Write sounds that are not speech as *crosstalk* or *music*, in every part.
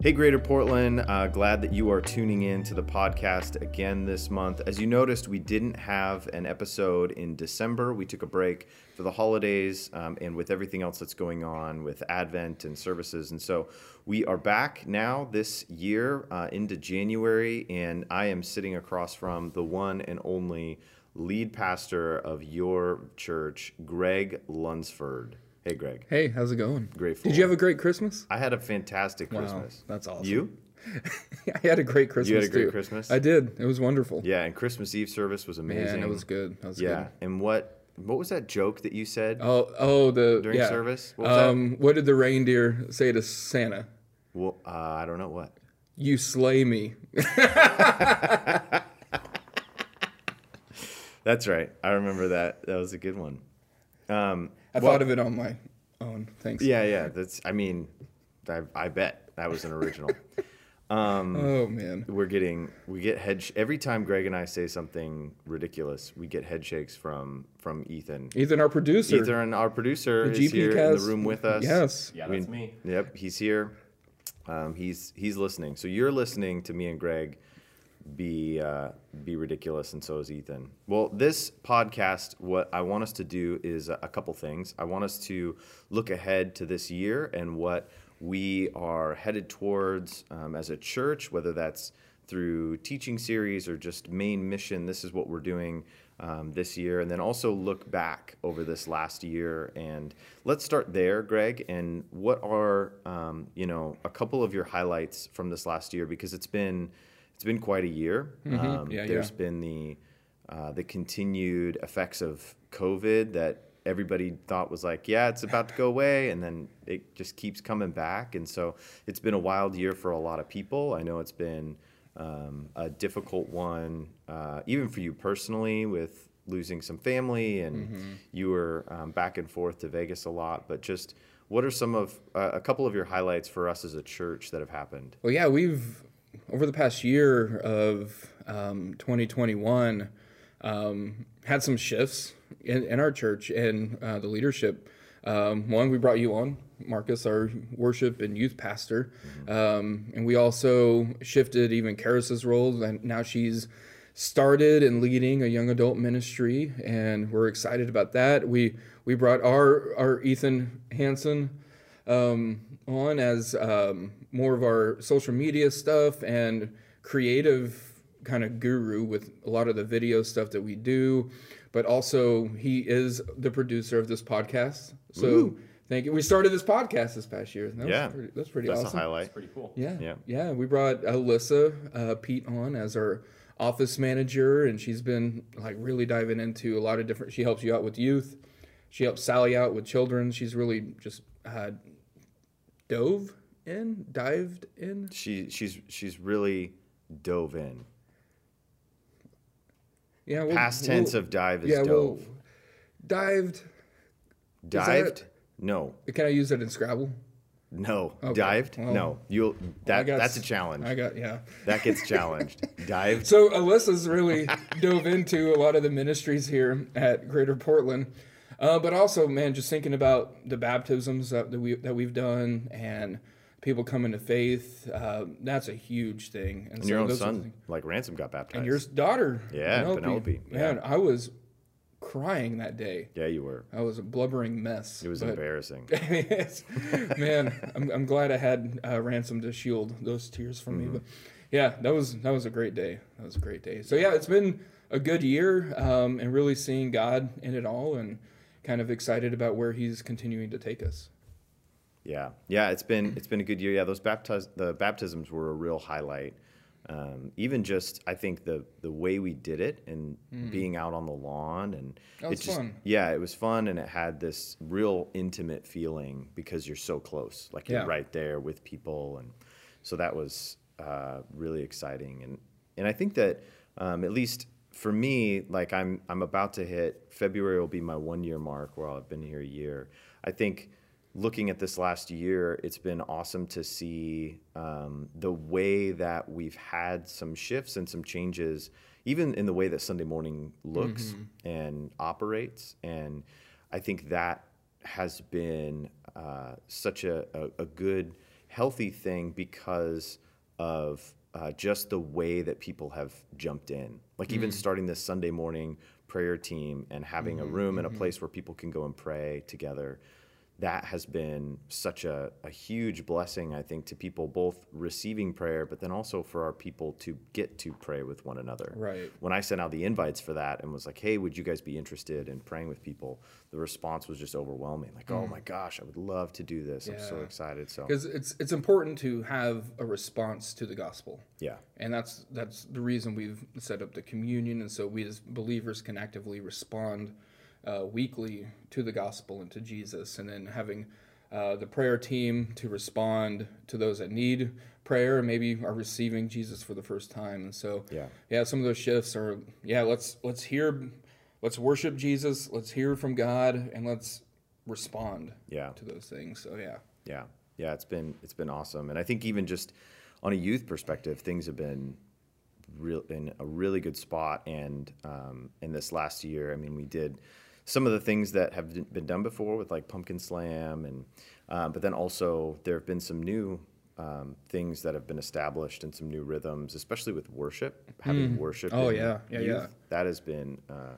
Hey, Greater Portland. Uh, glad that you are tuning in to the podcast again this month. As you noticed, we didn't have an episode in December. We took a break for the holidays um, and with everything else that's going on with Advent and services. And so we are back now this year uh, into January, and I am sitting across from the one and only lead pastor of your church, Greg Lunsford. Hey, Greg. Hey, how's it going? Grateful. Did you have a great Christmas? *laughs* I had a fantastic Christmas. that's awesome. You? I had a great Christmas. great too. Christmas? I did. It was wonderful. Yeah, and Christmas Eve service was amazing. Man, it was good. That was Yeah, good. and what what was that joke that you said? Oh, oh, the During yeah. service? What What was that? um, what did the reindeer say to Santa? Well, uh, I don't know what. You slay me. That's right. I remember that. That was a good one. Um, I thought of it on my own. Thanks. yeah, yeah. That's. I mean, I, I bet that was an *laughs* original. Oh man. We're getting we get head sh- every time Greg and I say something ridiculous. We get head shakes from from Ethan. Ethan, our producer. Ethan, our producer, the is GP here in cast. the room with us. Yes. Yeah, We- that's me. Yep, he's here. Um, he's he's listening. So you're listening to me and Greg be uh, be ridiculous, and so is Ethan. Well, this podcast, what I want us to do is a a couple things. I want us to look ahead to this year and what we are headed towards um, as a church, whether that's through teaching series or just main mission. This is what we're doing um, this year, and then also look back over this last year. And let's start there, Greg. And what are um, you know a couple of your highlights from this last year? Because it's been it's been quite a year. Um, Mm-hmm. Yeah, there's yeah. been the uh, the continued effects of COVID that everybody thought was like, yeah, it's about to go away, and then it just keeps coming back. And so it's been a wild year for a lot of people. I know it's been um, a difficult one, uh, even for you personally, with losing some family, and Mm-hmm. you were um, back and forth to Vegas a lot. But just what are some of uh, a couple of your highlights for us as a church that have happened? Well, yeah, we've over the past year of um, 2021 um, had some shifts in, in our church and uh, the leadership. Um, one, we brought you on, Marcus, our worship and youth pastor, um, and we also shifted even Karis's role. And now she's started and leading a young adult ministry, and we're excited about that. We we brought our our Ethan Hansen um, on as um, more of our social media stuff and creative kind of guru with a lot of the video stuff that we do. But also, he is the producer of this podcast. So thank you. We started this podcast this past year. That was Yeah. pretty, that's pretty That's awesome. a highlight. Pretty cool. Yeah. Yeah. Yeah. We brought Alyssa uh, Pete on as our office manager, and she's been like really diving into a lot of different. She helps you out with youth. She helps Sally out with children. She's really just uh, dove in, dived in. She she's she's really dove in. Yeah. We'll, Past tense of dive is yeah. dove. Well, dived. Dived? No, Can I use that in Scrabble? no. Dived? well- no. You'll I that got that's a s- challenge. I got yeah. that gets *laughs* challenged. Dived. So Alyssa's really dove into a lot of the ministries here at Greater Portland, uh, but also, man, just thinking about the baptisms that, that we that we've done and people coming to faith. Uh, that's a huge thing. And your own those are the son, things- like Ransom, got baptized. and your daughter, Yeah, Penelope, yeah. Man, I was crying that day. yeah, you were. I was a blubbering mess. It was but- embarrassing. *laughs* I mean, it's- man, I'm, I'm glad I had uh, ransom to shield those tears from me. But yeah, that was that was a great day. That was a great day. So yeah, it's been a good year, um, and really seeing God in it all, and kind of excited about where He's continuing to take us. Yeah, yeah. It's been it's been a good year. Yeah, those baptiz- the baptisms were a real highlight. Um, even just I think the the way we did it and being out on the lawn and Hmm. That was it just fun. yeah it was fun and it had this real intimate feeling because you're so close like you're Yeah. right there with people and so that was uh, really exciting and and I think that um, at least for me like I'm I'm about to hit February will be my one year mark where I've been here a year I think looking at this last year, it's been awesome to see um, the way that we've had some shifts and some changes, even in the way that Sunday morning looks and operates. And I think that has been uh, such a, a, a good healthy thing because of uh, just the way that people have jumped in. Like even starting this Sunday morning prayer team and having a room and a place where people can go and pray together. That has been such a, a huge blessing, I think, to people both receiving prayer, but then also for our people to get to pray with one another. Right. When I sent out the invites for that and was like, hey, would you guys be interested in praying with people? The response was just overwhelming. Like, oh my gosh, I would love to do this. I'm so Yeah. excited. So, because it's it's important to have a response to the gospel. yeah. and that's that's the reason we've set up the communion and so we as believers can actively respond uh, weekly to the gospel and to jesus and then having uh, the prayer team to respond to those that need prayer and maybe are receiving jesus for the first time and so Yeah. yeah some of those shifts are yeah let's let's hear let's worship jesus let's hear from god and let's respond Yeah. to those things so yeah Yeah, yeah, it's been it's been awesome, and I think even just on a youth perspective, things have been real in a really good spot. And um, in this last year, I mean, we did some of the things that have d- been done before with like Pumpkin Slam, and um, but then also there have been some new. Um, things that have been established and some new rhythms, especially with worship, having worship. Oh, in yeah. Yeah, youth, yeah. That has been uh,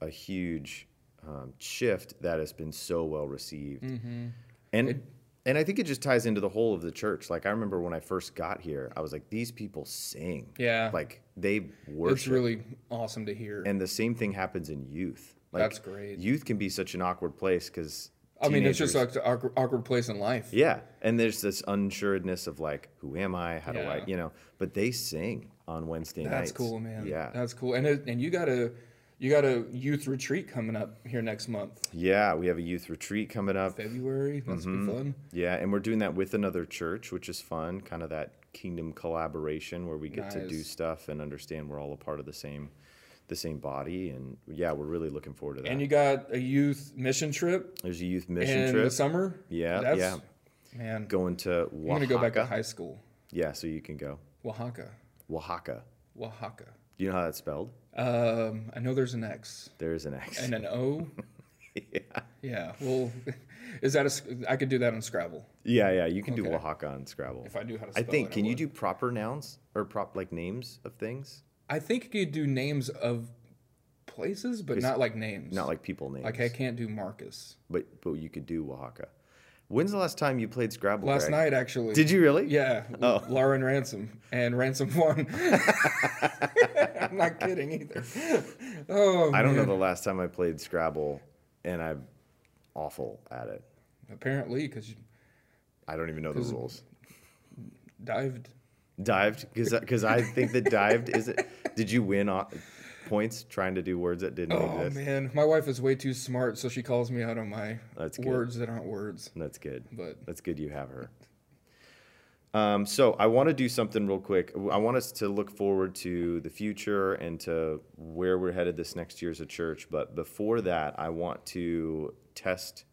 a huge um, shift that has been so well received. Mm-hmm. And and I think it just ties into the whole of the church. Like I remember when I first got here, I was like, these people sing. Yeah. Like they it's worship. really awesome to hear and the same thing happens in youth. Like, That's great. Youth can be such an awkward place because i mean it's just like an awkward, awkward place in life yeah, and there's this unsuredness of like, who am I? How do I? Yeah. You know. But they sing on Wednesday nights. That's cool, man. Yeah. that's cool. And it, and you got a you got a youth retreat coming up here next month, yeah, we have a youth retreat coming up. February. That's be Mm-hmm. fun. Yeah, and we're doing that with another church, which is fun, kind of that kingdom collaboration where we get to do Nice. stuff and understand we're all a part of the same the same body and yeah, we're really looking forward to that. And you got a youth mission trip There's a youth mission in the trip summer. Yeah, that's, yeah. Man, going to Oaxaca. I'm gonna go back to high school. Yeah, so you can go. Oaxaca, Oaxaca. Oaxaca. Do you know how that's spelled? Um, I know there's an X There is an X. and an O. *laughs* yeah. yeah. Well, *laughs* is that a? sc- I could do that on Scrabble yeah, yeah, you can do Okay. Oaxaca on Scrabble. if I knew how to. I Spell think it, can you would. do proper nouns or prop like names of things? I think you could do names of places, but not like names. Not like people names. like I can't do Marcus. But but you could do Oaxaca. When's the last time you played Scrabble? Last Greg? night, actually. Did you really? Yeah. Oh. Lauren Ransom and Ransom won. *laughs* I'm not kidding either. Oh, I don't know man. the last time I played Scrabble, and I'm awful at it. Apparently, because you I don't even know the rules. dived. Dived because I think that dived is it. Did you win o- points trying to do words that didn't Oh exist? man, my wife is way too smart, so she calls me out on my That's good. words that aren't words. That's good. But That's good you have her. Um, so I want to do something real quick. I want us to look forward to the future and to where we're headed this next year as a church. But before that, I want to test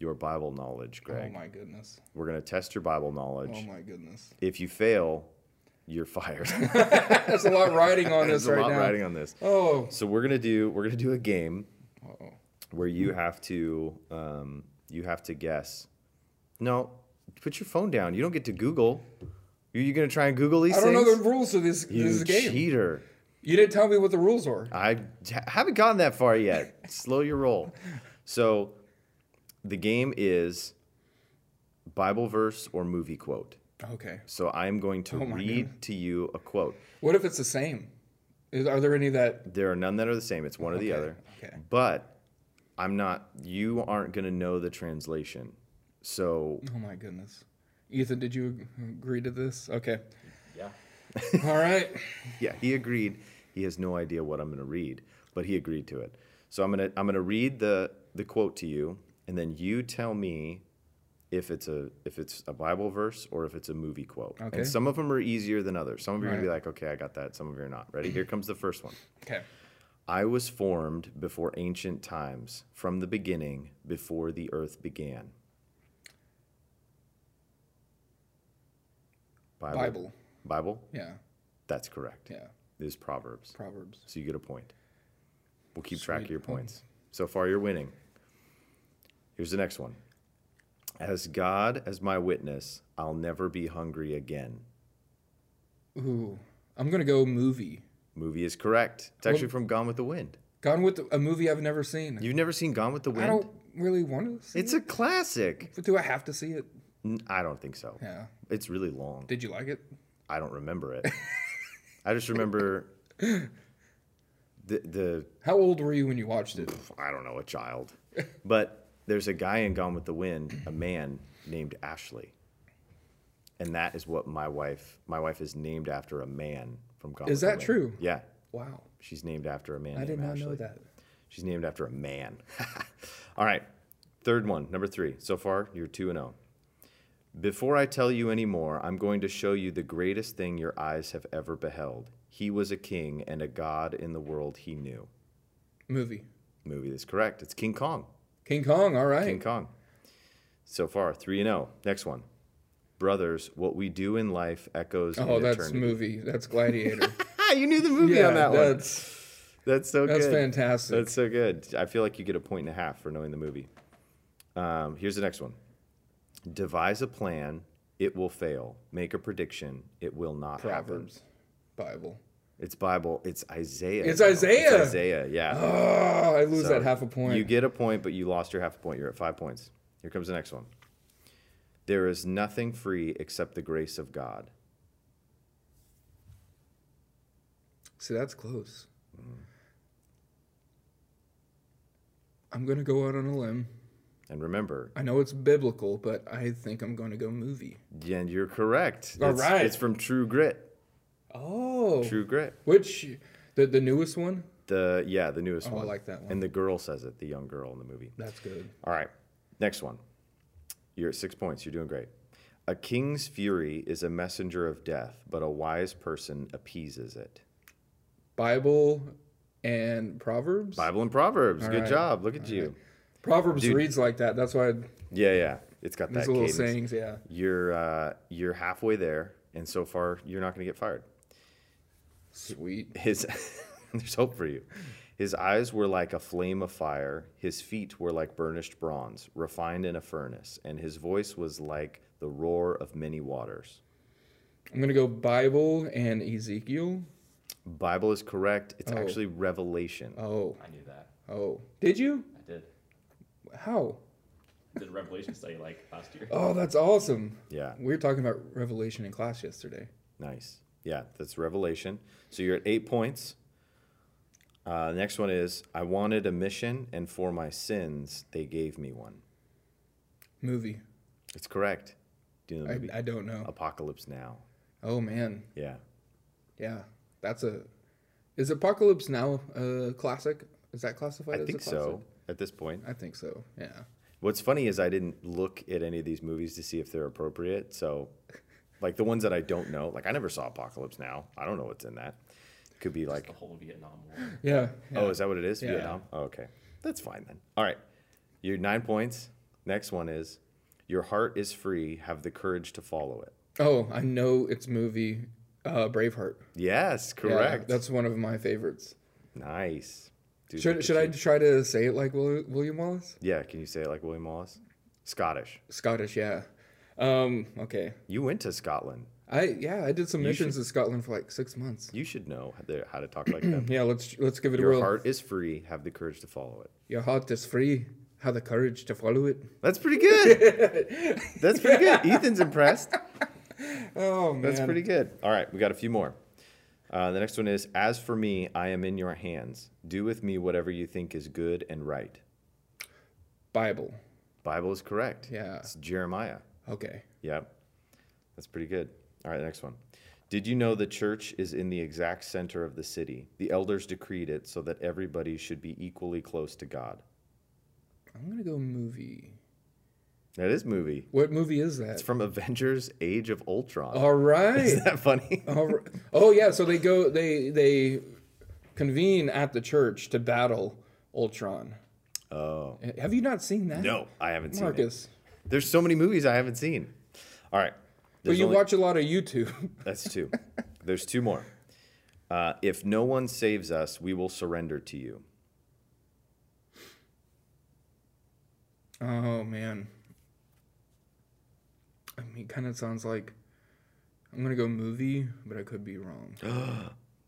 your Bible knowledge, oh Greg. my goodness, We're going to test your Bible knowledge. oh my goodness, *laughs* if you fail, you're fired. *laughs* there's a lot riding on There's this a right lot now. riding on this. Oh, So we're gonna do we're gonna do a game Uh-oh. where Mm-hmm. you have to um, you have to guess. No, put your phone down. You don't get to Google. Are you gonna try and Google these I don't things? know the rules of this you this game. cheater! You didn't tell me what the rules are. I j- haven't gotten that far yet. *laughs* Slow your roll. So the game is Bible verse or movie quote. Okay. So I am going to Oh my read to you a quote. What if it's the same? Is, are there any that? There are none that are the same. It's one or the Okay, other. okay. But I'm not. You aren't going to know the translation. So Oh my goodness, Ethan, did you ag- agree to this? Okay. yeah, All right. *laughs* yeah. He agreed. He has no idea what I'm going to read, but he agreed to it. So I'm gonna I'm gonna read the the quote to you, and then you tell me if it's a if it's a Bible verse or if it's a movie quote. Okay. And some of them are easier than others. Some of you are gonna be Right. like, okay, I got that. Some of you are not. Ready? Here comes the first one. Okay. I was formed before ancient times, from the beginning, before the earth began. Bible. Bible? Yeah. That's correct. Yeah. It is Proverbs. Proverbs. So you get a point. We'll keep track of Sweet. your points. So far, you're winning. Here's the next one As God as my witness, I'll never be hungry again. Ooh, I'm gonna go movie. Movie is correct. It's actually from Gone with the Wind. Gone with the, a movie I've never seen. You've never seen Gone with the I Wind? don't really want to see It's it. a classic. But do I have to see it? N- I don't think so. Yeah. It's really long. Did you like it? I don't remember *laughs* it. I just remember the the How old were you when you watched it? I don't know a child, but there's a guy in Gone with the Wind, a man named Ashley, and that is what my wife my wife is named after a man from Gone. Is with the that Wind. true? Yeah, Wow, she's named after a man. I named did not Ashley. know that. She's named after a man. *laughs* All right. Third one, number three. So far, you're 2 and 0. Before I tell you any more, I'm going to show you the greatest thing your eyes have ever beheld. He was a king and a god in the world he knew. Movie. Movie is correct. It's King Kong. King Kong. All right. King Kong. So far, 3 and 0. Next one. Brothers, what we do in life echoes oh, in that's eternity. movie. That's Gladiator. Ah, *laughs* you knew the movie on that one. that's That's so that's good. fantastic. That's so good. I feel like you get a point and a half for knowing the movie. Um, here's the next one Devise a plan, it will fail. Make a prediction, it will not happen. Proverbs, Bible. It's Bible. It's Isaiah. It's now. Isaiah! Isaiah, yeah. Oh, I lose So that half a point. You get a point, but you lost your half a point. You're at five points. Here comes the next one. There is nothing free except the grace of God. See, that's close. I'm gonna go out on a limb. And remember, I know it's biblical, but I think I'm gonna go movie. and you're correct. All It's- right. It's from True Grit. Oh, True Grit. which the the newest one? The yeah, the newest Oh, I one. like that one. And the girl says it, the young girl in the movie. That's good. All right, next one. You're at six points. You're doing great. A king's fury is a messenger of death, but a wise person appeases it. Bible and Proverbs. Bible and Proverbs. Good right. job. Look at you. Proverbs reads like that. That's why I'd- Yeah, yeah. It's got that these little cadence. sayings. Yeah. You're uh, you're halfway there, and so far you're not going to get fired. Sweet. His *laughs* there's hope for you. His eyes were like a flame of fire. His feet were like burnished bronze, refined in a furnace, and his voice was like the roar of many waters. I'm gonna go Bible and Ezekiel. Bible is correct. It's Oh. actually Revelation. Oh, I knew that. oh. Did you? I did. How? I did a revelation study like last year. Oh, that's awesome. Yeah, We were talking about Revelation in class yesterday. nice. Yeah, that's Revelation. So you're at eight points. Uh, next one is I wanted a mission, and for my sins, they gave me one. Movie. It's correct. Do you know the I, movie? I don't know. Apocalypse Now. Oh man, Yeah. yeah. That's a. Is Apocalypse Now a classic? Is that classified? I as think a classic? so at this point. I think so. Yeah. What's funny is I didn't look at any of these movies to see if they're appropriate. So, *laughs* like the ones that I don't know, like I never saw Apocalypse Now. I don't know what's in that. Could be like The whole Vietnam War. Yeah. yeah. Oh, is that what it is? Yeah. Vietnam? Oh, okay. That's fine then. All right. You're nine points. Next one is your heart is free. Have the courage to follow it. Oh, I know it's movie uh, Braveheart. Yes, Yeah, correct. that's one of my favorites. nice. Dude, look Should at should I you. try to say it like Will- William Wallace? Yeah, can you say it like William Wallace? Scottish. Scottish, yeah. Um, okay. You went to Scotland. I yeah, I did some missions in Scotland for like six months. You should know how to- how to talk like *clears throat* them. Yeah, let's let's give it a Your whirl. heart is free. Have the courage to follow it. Your heart is free. Have the courage to follow it. That's pretty good. *laughs* That's pretty good. Ethan's impressed. Oh man, That's pretty good. All right, we got a few more. Uh, the next one is As for me, I am in your hands. Do with me whatever you think is good and right. Bible. Bible is correct. Yeah. It's Jeremiah. Okay. Yep. That's pretty good. All right, the next one. Did you know the church is in the exact center of the city? The elders decreed it so that everybody should be equally close to God. I'm gonna go movie. That is movie. What movie is that? It's from Avengers Age of Ultron. All right. *laughs* Isn't that funny? All right. Oh yeah, so they go they they convene at the church to battle Ultron. Oh. Have you not seen that? No, I haven't seen it. Marcus. There's so many movies I haven't seen. All right. But There's you only- watch a lot of YouTube. *laughs* That's two. There's two more. Uh, if no one saves us, we will surrender to you. Oh man. I mean, kind of sounds like I'm gonna go movie, but I could be wrong.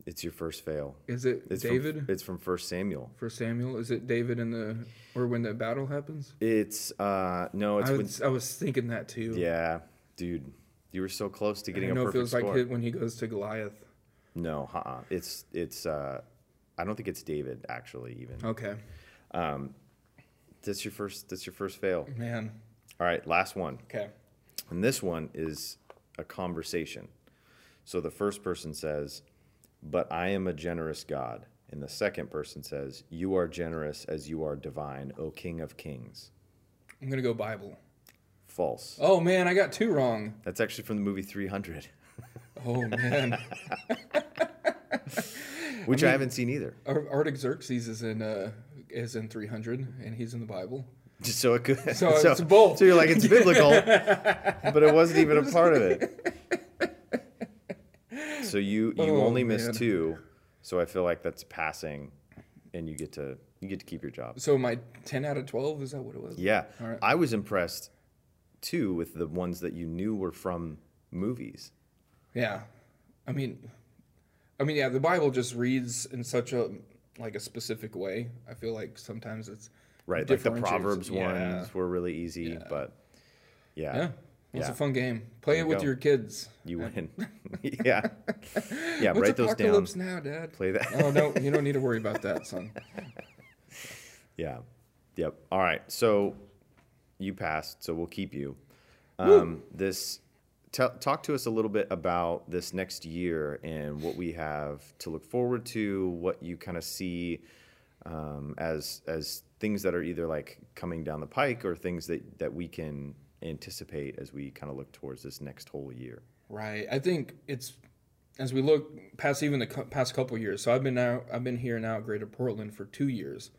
It's your first fail. Is it It's David From, it's from First Samuel. for Samuel? Is it David in the or when the battle happens? It's uh no, it's I when, was I was thinking that too. yeah, dude, you were so close to I getting don't a know if it perfect was like score. hit when he goes to Goliath. No, uh-uh. it's it's uh I don't think it's David actually even. Okay, Um, that's your first. That's your first fail. man. All right, last one, Okay. and this one is a conversation. So the first person says, "But I am a generous God," and the second person says, "You are generous as you are divine, O King of Kings." I'm gonna go Bible. False. Oh man, I got two wrong. That's actually from the movie *laughs* 300, Oh *laughs* man, which I, haven't seen either. Ar- Artaxerxes is in uh, is in 300, and he's in the Bible. Just so it could. *laughs* *laughs* So it's both. So you're like it's biblical, *laughs* but it wasn't even a part of it. So you you Oh, only missed man. two, so I feel like that's passing, and you get to you get to keep your job. So my 10 out of 12 is that what it was? Yeah, All right. I was impressed too with the ones that you knew were from movies. Yeah. I mean, I mean, yeah, the Bible just reads in such a like a specific way. I feel like sometimes it's Right, like the differentiates- Proverbs yeah. ones were really easy, but yeah, Yeah. It's Yeah. a fun game. Play it you with go. your kids. you *laughs* win. *laughs* yeah, yeah. What's write those down. apocalypse now, Dad? Play *laughs* that. oh no, you don't need to worry about that, son. Yeah. Yep. All right. So you passed, so we'll keep you. Um, this t- talk to us a little bit about this next year and what we have to look forward to, what you kind of see um, as as things that are either like coming down the pike or things that that we can anticipate as we kind of look towards this next whole year. Right. I think it's as we look past even the cou- past couple years. So I've been now I've been here now at Greater Portland for 2 years.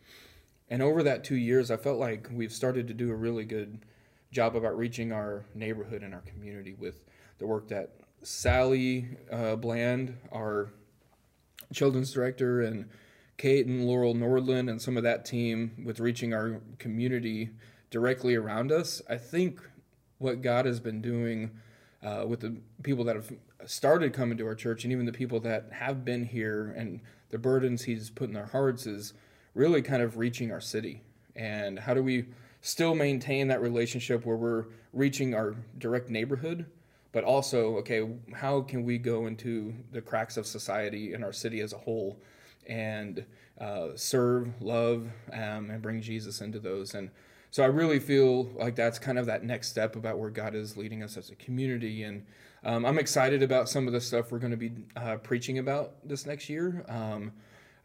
And over that 2 years, I felt like we've started to do a really good job about reaching our neighborhood and our community with the work that Sally uh, Bland, our children's director and Kate and Laurel Nordland and some of that team with reaching our community directly around us. I think what God has been doing uh, with the people that have started coming to our church and even the people that have been here and the burdens He's put in their hearts is really kind of reaching our city. And how do we still maintain that relationship where we're reaching our direct neighborhood? but also okay how can we go into the cracks of society and our city as a whole and uh, serve love um, and bring jesus into those and so i really feel like that's kind of that next step about where god is leading us as a community and um, i'm excited about some of the stuff we're going to be uh, preaching about this next year um,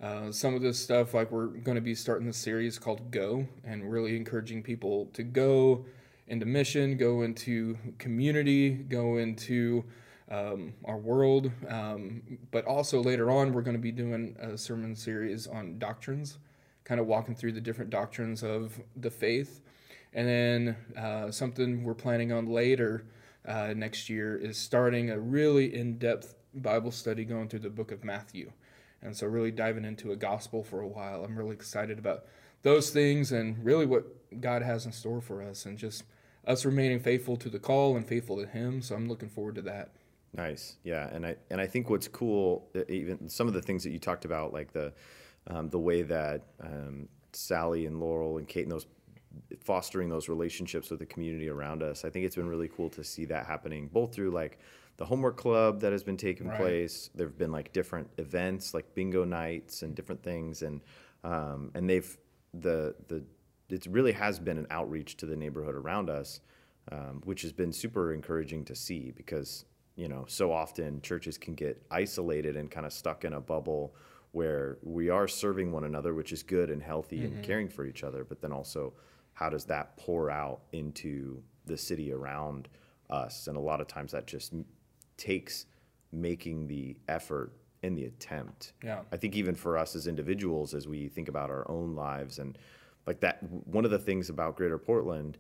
uh, some of this stuff like we're going to be starting the series called go and really encouraging people to go into mission, go into community, go into um, our world. Um, but also later on, we're going to be doing a sermon series on doctrines, kind of walking through the different doctrines of the faith. And then uh, something we're planning on later uh, next year is starting a really in depth Bible study going through the book of Matthew. And so, really diving into a gospel for a while. I'm really excited about those things and really what God has in store for us and just us remaining faithful to the call and faithful to Him. So, I'm looking forward to that. Nice, yeah, and I and I think what's cool, uh, even some of the things that you talked about, like the um, the way that um, Sally and Laurel and Kate and those fostering those relationships with the community around us. I think it's been really cool to see that happening, both through like the homework club that has been taking Right. place. There have been like different events, like bingo nights and different things, and um, and they've the the it really has been an outreach to the neighborhood around us, um, which has been super encouraging to see because you know so often churches can get isolated and kind of stuck in a bubble where we are serving one another, which is good and healthy and caring for each other, but then also how does that pour out into the city around us? And a lot of times that just m- takes making the effort and the attempt. Yeah. I think even for us as individuals, as we think about our own lives and like that, one of the things about Greater Portland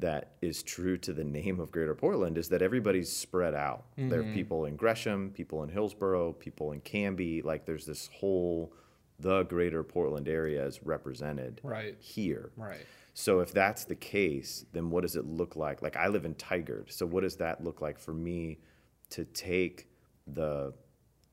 that is true to the *laughs* name of Greater Portland is that everybody's spread out. There are people in Gresham, people in Hillsborough, people in Canby. Like there's this whole, the Greater Portland area is represented Right. here. Right. So if that's the case, then what does it look like? Like I live in Tigard, so what does that look like for me to take the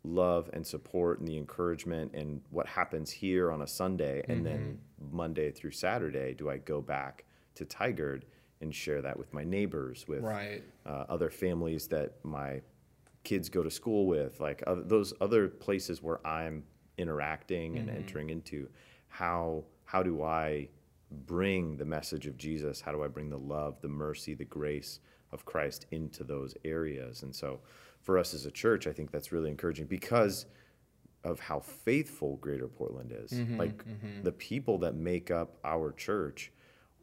love and support and the encouragement and what happens here on a Sunday and then Monday through Saturday, do I go back to Tigard and share that with my neighbors, with Right. uh, other families that my kids go to school with, like oth- those other places where I'm interacting and entering into. How how do I bring the message of Jesus? How do I bring the love, the mercy, the grace of Christ into those areas? And so, for us as a church, I think that's really encouraging because of how faithful Greater Portland is. Mm-hmm, like the people that make up our church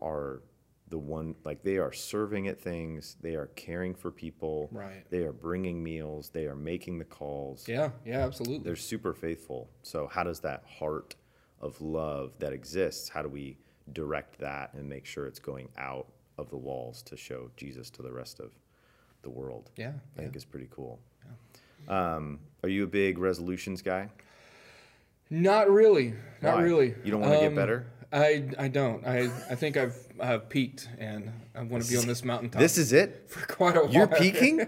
are the one like they are serving at things, they are caring for people, Right. They are bringing meals, they are making the calls. Yeah. Yeah. Absolutely. They're super faithful. So how does that heart of love that exists, how do we direct that and make sure it's going out of the walls to show Jesus to the rest of the world? yeah. I think is pretty cool. Um, are you a big resolutions guy? Not really. Not Why? really. You don't wanna get Um, better? I I don't. I I think I've I've peaked and I want to be on this mountaintop This is it. *laughs* for quite a while. You're *laughs* peaking.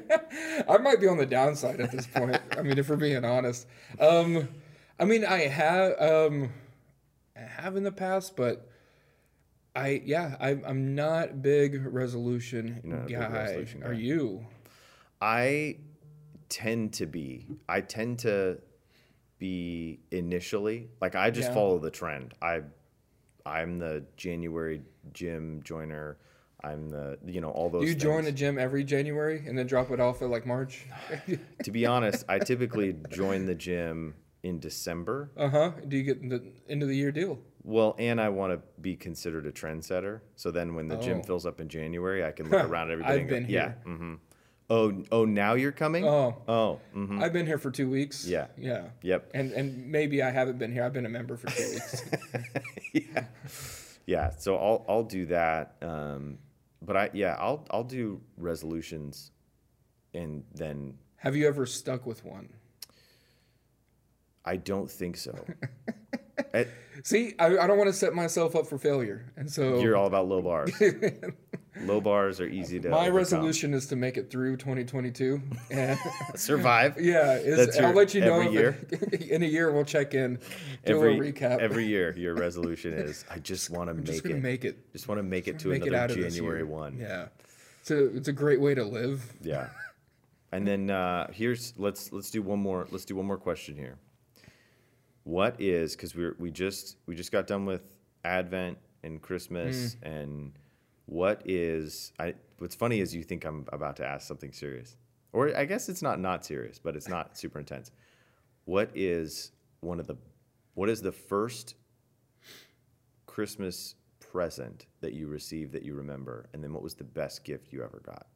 I might be on the downside at this point. I mean, if we're being honest. Um, I mean, I have um, I have in the past, but I yeah, I, I'm not big resolution not a big guy. resolution Are guy. you? I tend to be. I tend to be initially like I just Yeah. follow the trend. I I'm the January gym joiner. I'm the you know all those. Do you join things. a gym every January and then drop it off at like *sighs* March? to be honest, I typically join the gym in December. uh huh. Do you get the end of the year deal? Well, and I want to be considered a trendsetter. So then when the Oh. gym fills up in January, I can look around *laughs* at everybody I've and go, been yeah. Mm-hmm. Oh, oh, now you're coming? Oh. Oh, mhm. I've been here for two weeks. Yeah. Yeah. Yep. And and maybe I haven't been here. I've been a member for *laughs* two weeks. yeah. Yeah. So I'll, I'll do that. Um, but I, yeah, I'll, I'll do resolutions and then Have you ever stuck with one? I don't think *laughs* so. Eh, See, I, I don't want to set myself up for failure, and so you're all about low bars. *laughs* low bars are easy to my overcome. resolution is to make it through 2022. And *laughs* survive. yeah, That's it's, your- I'll let you know every if- *laughs* in a year we'll check in, do Every, a recap. every year, your resolution is I just want to make *laughs* just gonna it. make it, Just want to make it to make it out another of this January year. one. Yeah. Yeah, so it's a great way to live. *laughs* And then uh, here's let's let's do one more let's do one more question here. What is because we we just we just got done with Advent and Christmas and what is I what's funny is you think I'm about to ask something serious or I guess it's not not serious but it's not super intense. What is one of the what is the first Christmas present that you received that you remember? And then what was the best gift you ever got?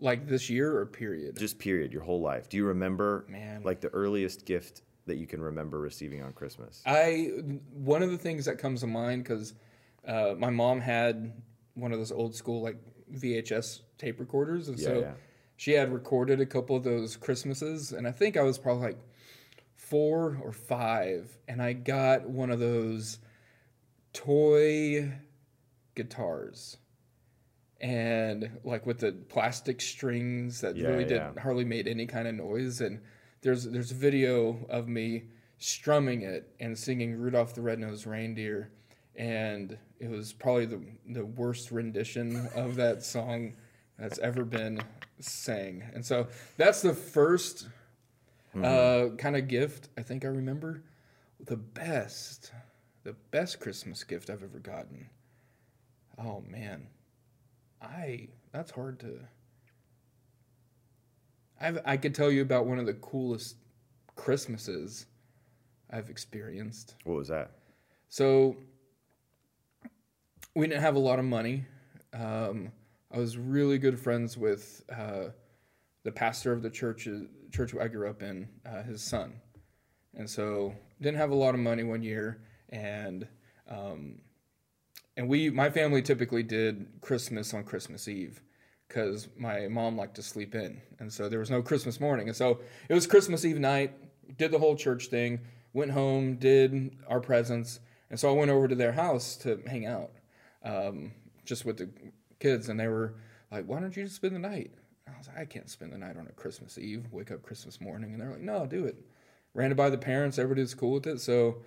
Like this year or period. Just period, your whole life. Do you remember Man. like the earliest gift that you can remember receiving on Christmas? I one of the things that comes to mind because uh, my mom had one of those old school like VHS tape recorders, and so Yeah, yeah. she had recorded a couple of those Christmases, and I think I was probably like four or five, and I got one of those toy guitars. And like with the plastic strings that Yeah, really did yeah. hardly made any kind of noise and there's there's video of me strumming it and singing Rudolph the Red-Nosed Reindeer and it was probably the the worst rendition of *laughs* that song that's ever been sang. And so that's the first Hmm. uh, kind of gift I think I remember the best the best Christmas gift I've ever gotten. Oh man. I that's hard to I've, I could tell you about one of the coolest Christmases I've experienced. What was that? So we didn't have a lot of money. Um, I was really good friends with uh, the pastor of the church church I grew up in, uh, his son, and so didn't have a lot of money one year, and um, and we my family typically did Christmas on Christmas Eve because my mom liked to sleep in, and so there was no Christmas morning, and so it was Christmas Eve night. Did the whole church thing, went home, did our presents, and so I went over to their house to hang out. um, just with the kids, and they were like, "Why don't you just spend the night?" And I was like, "I can't spend the night on a Christmas Eve. Wake up Christmas morning," and they're like, "No, do it." Ran it by the parents. Everybody was cool with it. So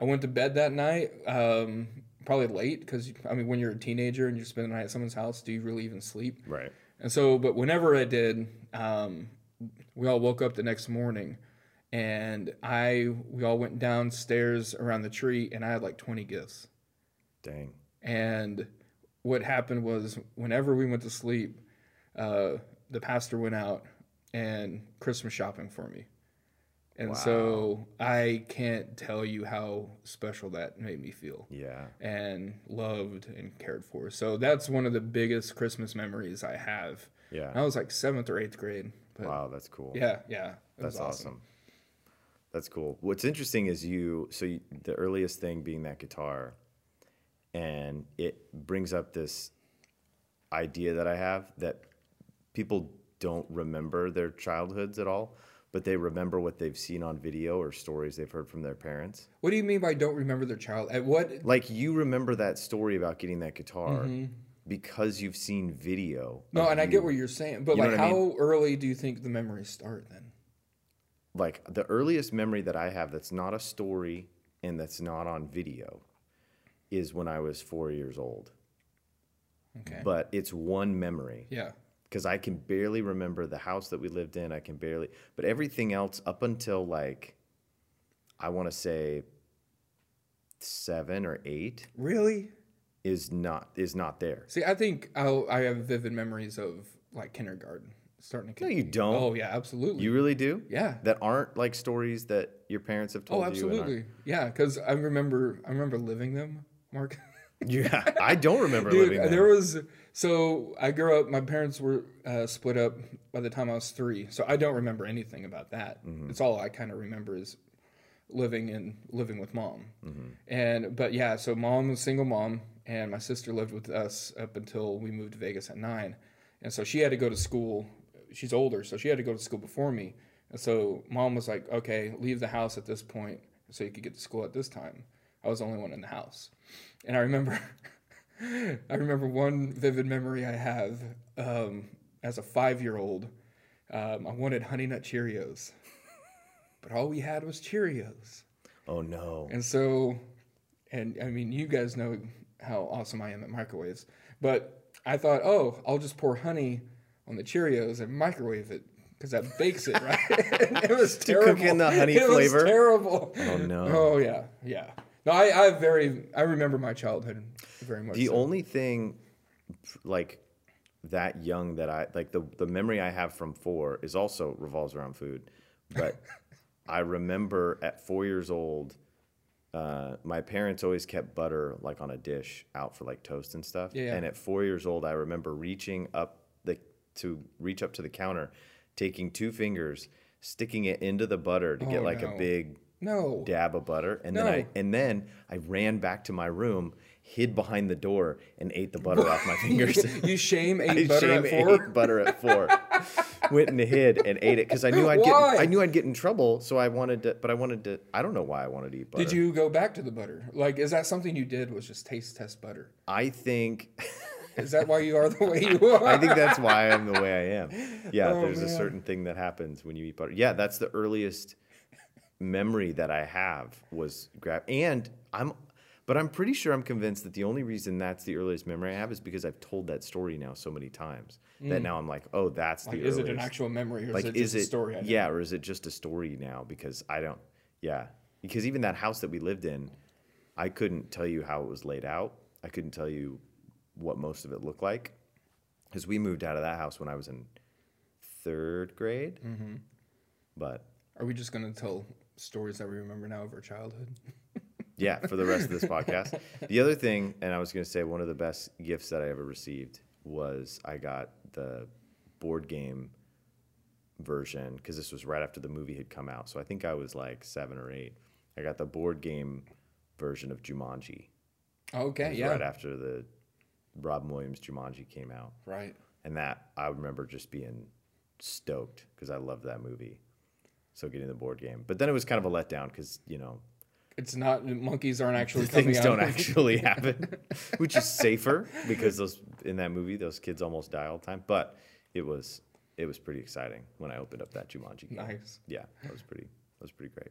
I went to bed that night, um, probably late because I mean, when you're a teenager and you spend the night at someone's house, do you really even sleep? Right. And so, but whenever I did, um, we all woke up the next morning, and I we all went downstairs around the tree, and I had like 20 gifts. Dang. And what happened was, whenever we went to sleep, uh, the pastor went out and Christmas shopping for me. And so I can't tell you how special that made me feel Yeah. and loved and cared for. So that's one of the biggest Christmas memories I have. Yeah. I was like seventh or eighth grade. But Wow, that's cool. Yeah, yeah. It That's was awesome. That's cool. What's interesting is you. So you, the earliest thing being that guitar, and it brings up this idea that I have that people don't remember their childhoods at all, but they remember what they've seen on video or stories they've heard from their parents. What do you mean by don't remember their child? At what? Like you remember that story about getting that guitar because you've seen video. Mm-hmm. No, of and I you. get what you're saying, but You know like, what I how early do you think the memories start then? like the earliest memory that I have that's not a story and that's not on video is when I was four years old. Okay. But it's one memory yeah. because I can barely remember the house that we lived in. I can barely, but everything else up until like, I want to say seven or eight Really? is not is not there. See, I think I'll, I have vivid memories of like kindergarten, starting to. No, you don't. Oh yeah, absolutely. You really do. yeah. That aren't like stories that your parents have told Oh, you. and aren't- absolutely. Yeah, because I remember I remember living them, Mark. *laughs* Yeah, I don't remember *laughs* Dude, living there. there was so I grew up. My parents were uh, split up by the time I was three, so I don't remember anything about that. Mm-hmm. It's all I kind of remember is living and living with mom. And but yeah, so mom was a single mom, and my sister lived with us up until we moved to Vegas at nine, and so she had to go to school. She's older, so she had to go to school before me. And so mom was like, "Okay, leave the house at this point, so you could get to school at this time." I was the only one in the house, and I remember. *laughs* I remember one vivid memory I have um, as a five year old. Um, I wanted Honey Nut Cheerios, but all we had was Cheerios. oh no. And so, and I mean, you guys know how awesome I am at microwaves, but I thought, oh, I'll just pour honey on the Cheerios and microwave it because that bakes it, *laughs* right? *laughs* it was cook terrible. in the honey it flavor? Was terrible. Oh, no. Oh yeah, yeah. No, I, I very, I remember my childhood very much. The so. only thing, like that young that I like the the memory I have from four is also revolves around food, *laughs* but I remember at four years old, uh, my parents always kept butter like on a dish out for like toast and stuff. Yeah, yeah. And at four years old, I remember reaching up the to reach up to the counter, taking two fingers, sticking it into the butter to get Oh, like a no. big no. dab of butter, and then I No. and then I ran back to my room, hid behind the door, and ate the butter off *laughs* my fingers. *laughs* you *laughs* shame I ate butter shame at four. ate butter at *laughs* four. Went and hid and ate it because I knew I'd get Why? I knew I'd get in trouble, so I wanted to. But I wanted to. I don't know why I wanted to eat butter. Did you go back to the butter? Like, is that something you did? Was just taste test butter? I think. Is that why you are the way you *laughs* are? I think that's why I'm the way I *laughs* am. Yeah, Oh, there's a man. certain thing that happens when you eat butter. Yeah, that's the earliest memory that I have was grab and I'm but I'm pretty sure I'm convinced that the only reason that's the earliest memory I have is because I've told that story now so many times that now I'm like, oh, that's the Mm. is earliest. it an actual memory or like, is it is just it a story? I know? yeah, or is it just a story now? Because I don't, yeah, because even that house that we lived in, I couldn't tell you how it was laid out. I couldn't tell you what most of it looked like, because we moved out of that house when I was in third grade. Mm-hmm. But Are we just gonna tell stories that we remember now of our childhood? Yeah, for the rest of this podcast. The other thing, and I was going to say one of the best gifts that I ever received was I got the board game version because this was right after the movie had come out. So I think I was like seven or eight. I got the board game version of Jumanji. It Okay, was yeah, Right right, after the Robin Williams Jumanji came out. And that I remember just being stoked because I loved that movie. So getting the board game. But then it was kind of a letdown because, you know, it's not *laughs* monkeys aren't actually coming Things out. don't of- actually happen, which is safer because those in that movie those kids almost die all the time. But it was it was pretty exciting when I opened up that Jumanji game. *laughs* Nice. yeah, that was pretty. That was pretty great.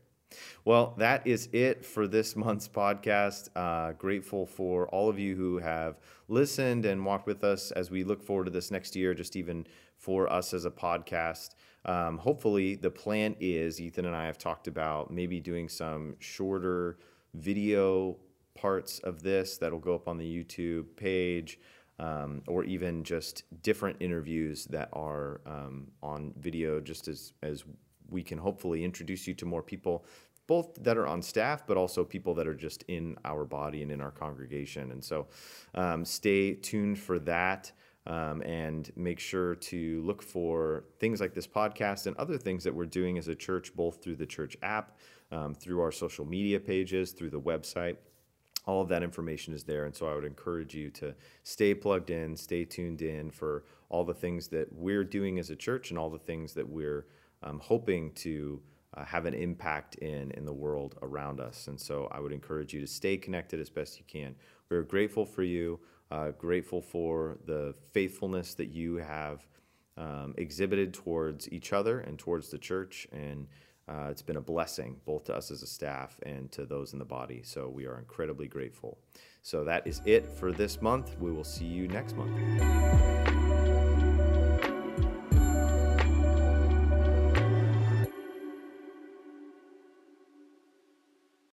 Well, that is it for this month's podcast. Uh, grateful for all of you who have listened and walked with us as we look forward to this next year, just even for us as a podcast. Um, hopefully, the plan is Ethan and I have talked about maybe doing some shorter video parts of this that'll go up on the YouTube page um, or even just different interviews that are um, on video, just as, as we can hopefully introduce you to more people, both that are on staff, but also people that are just in our body and in our congregation. And so um, stay tuned for that. Um, and make sure to look for things like this podcast and other things that we're doing as a church, both through the church app, um, through our social media pages, through the website all of that information is there. And so I would encourage you to stay plugged in, stay tuned in for all the things that we're doing as a church and all the things that we're um, hoping to uh, have an impact in in the world around us. And so I would encourage you to stay connected as best you can. We're grateful for you, uh, grateful for the faithfulness that you have um, exhibited towards each other and towards the church. And uh, it's been a blessing both to us as a staff and to those in the body. So we are incredibly grateful. So that is it for this month. We will see you next month.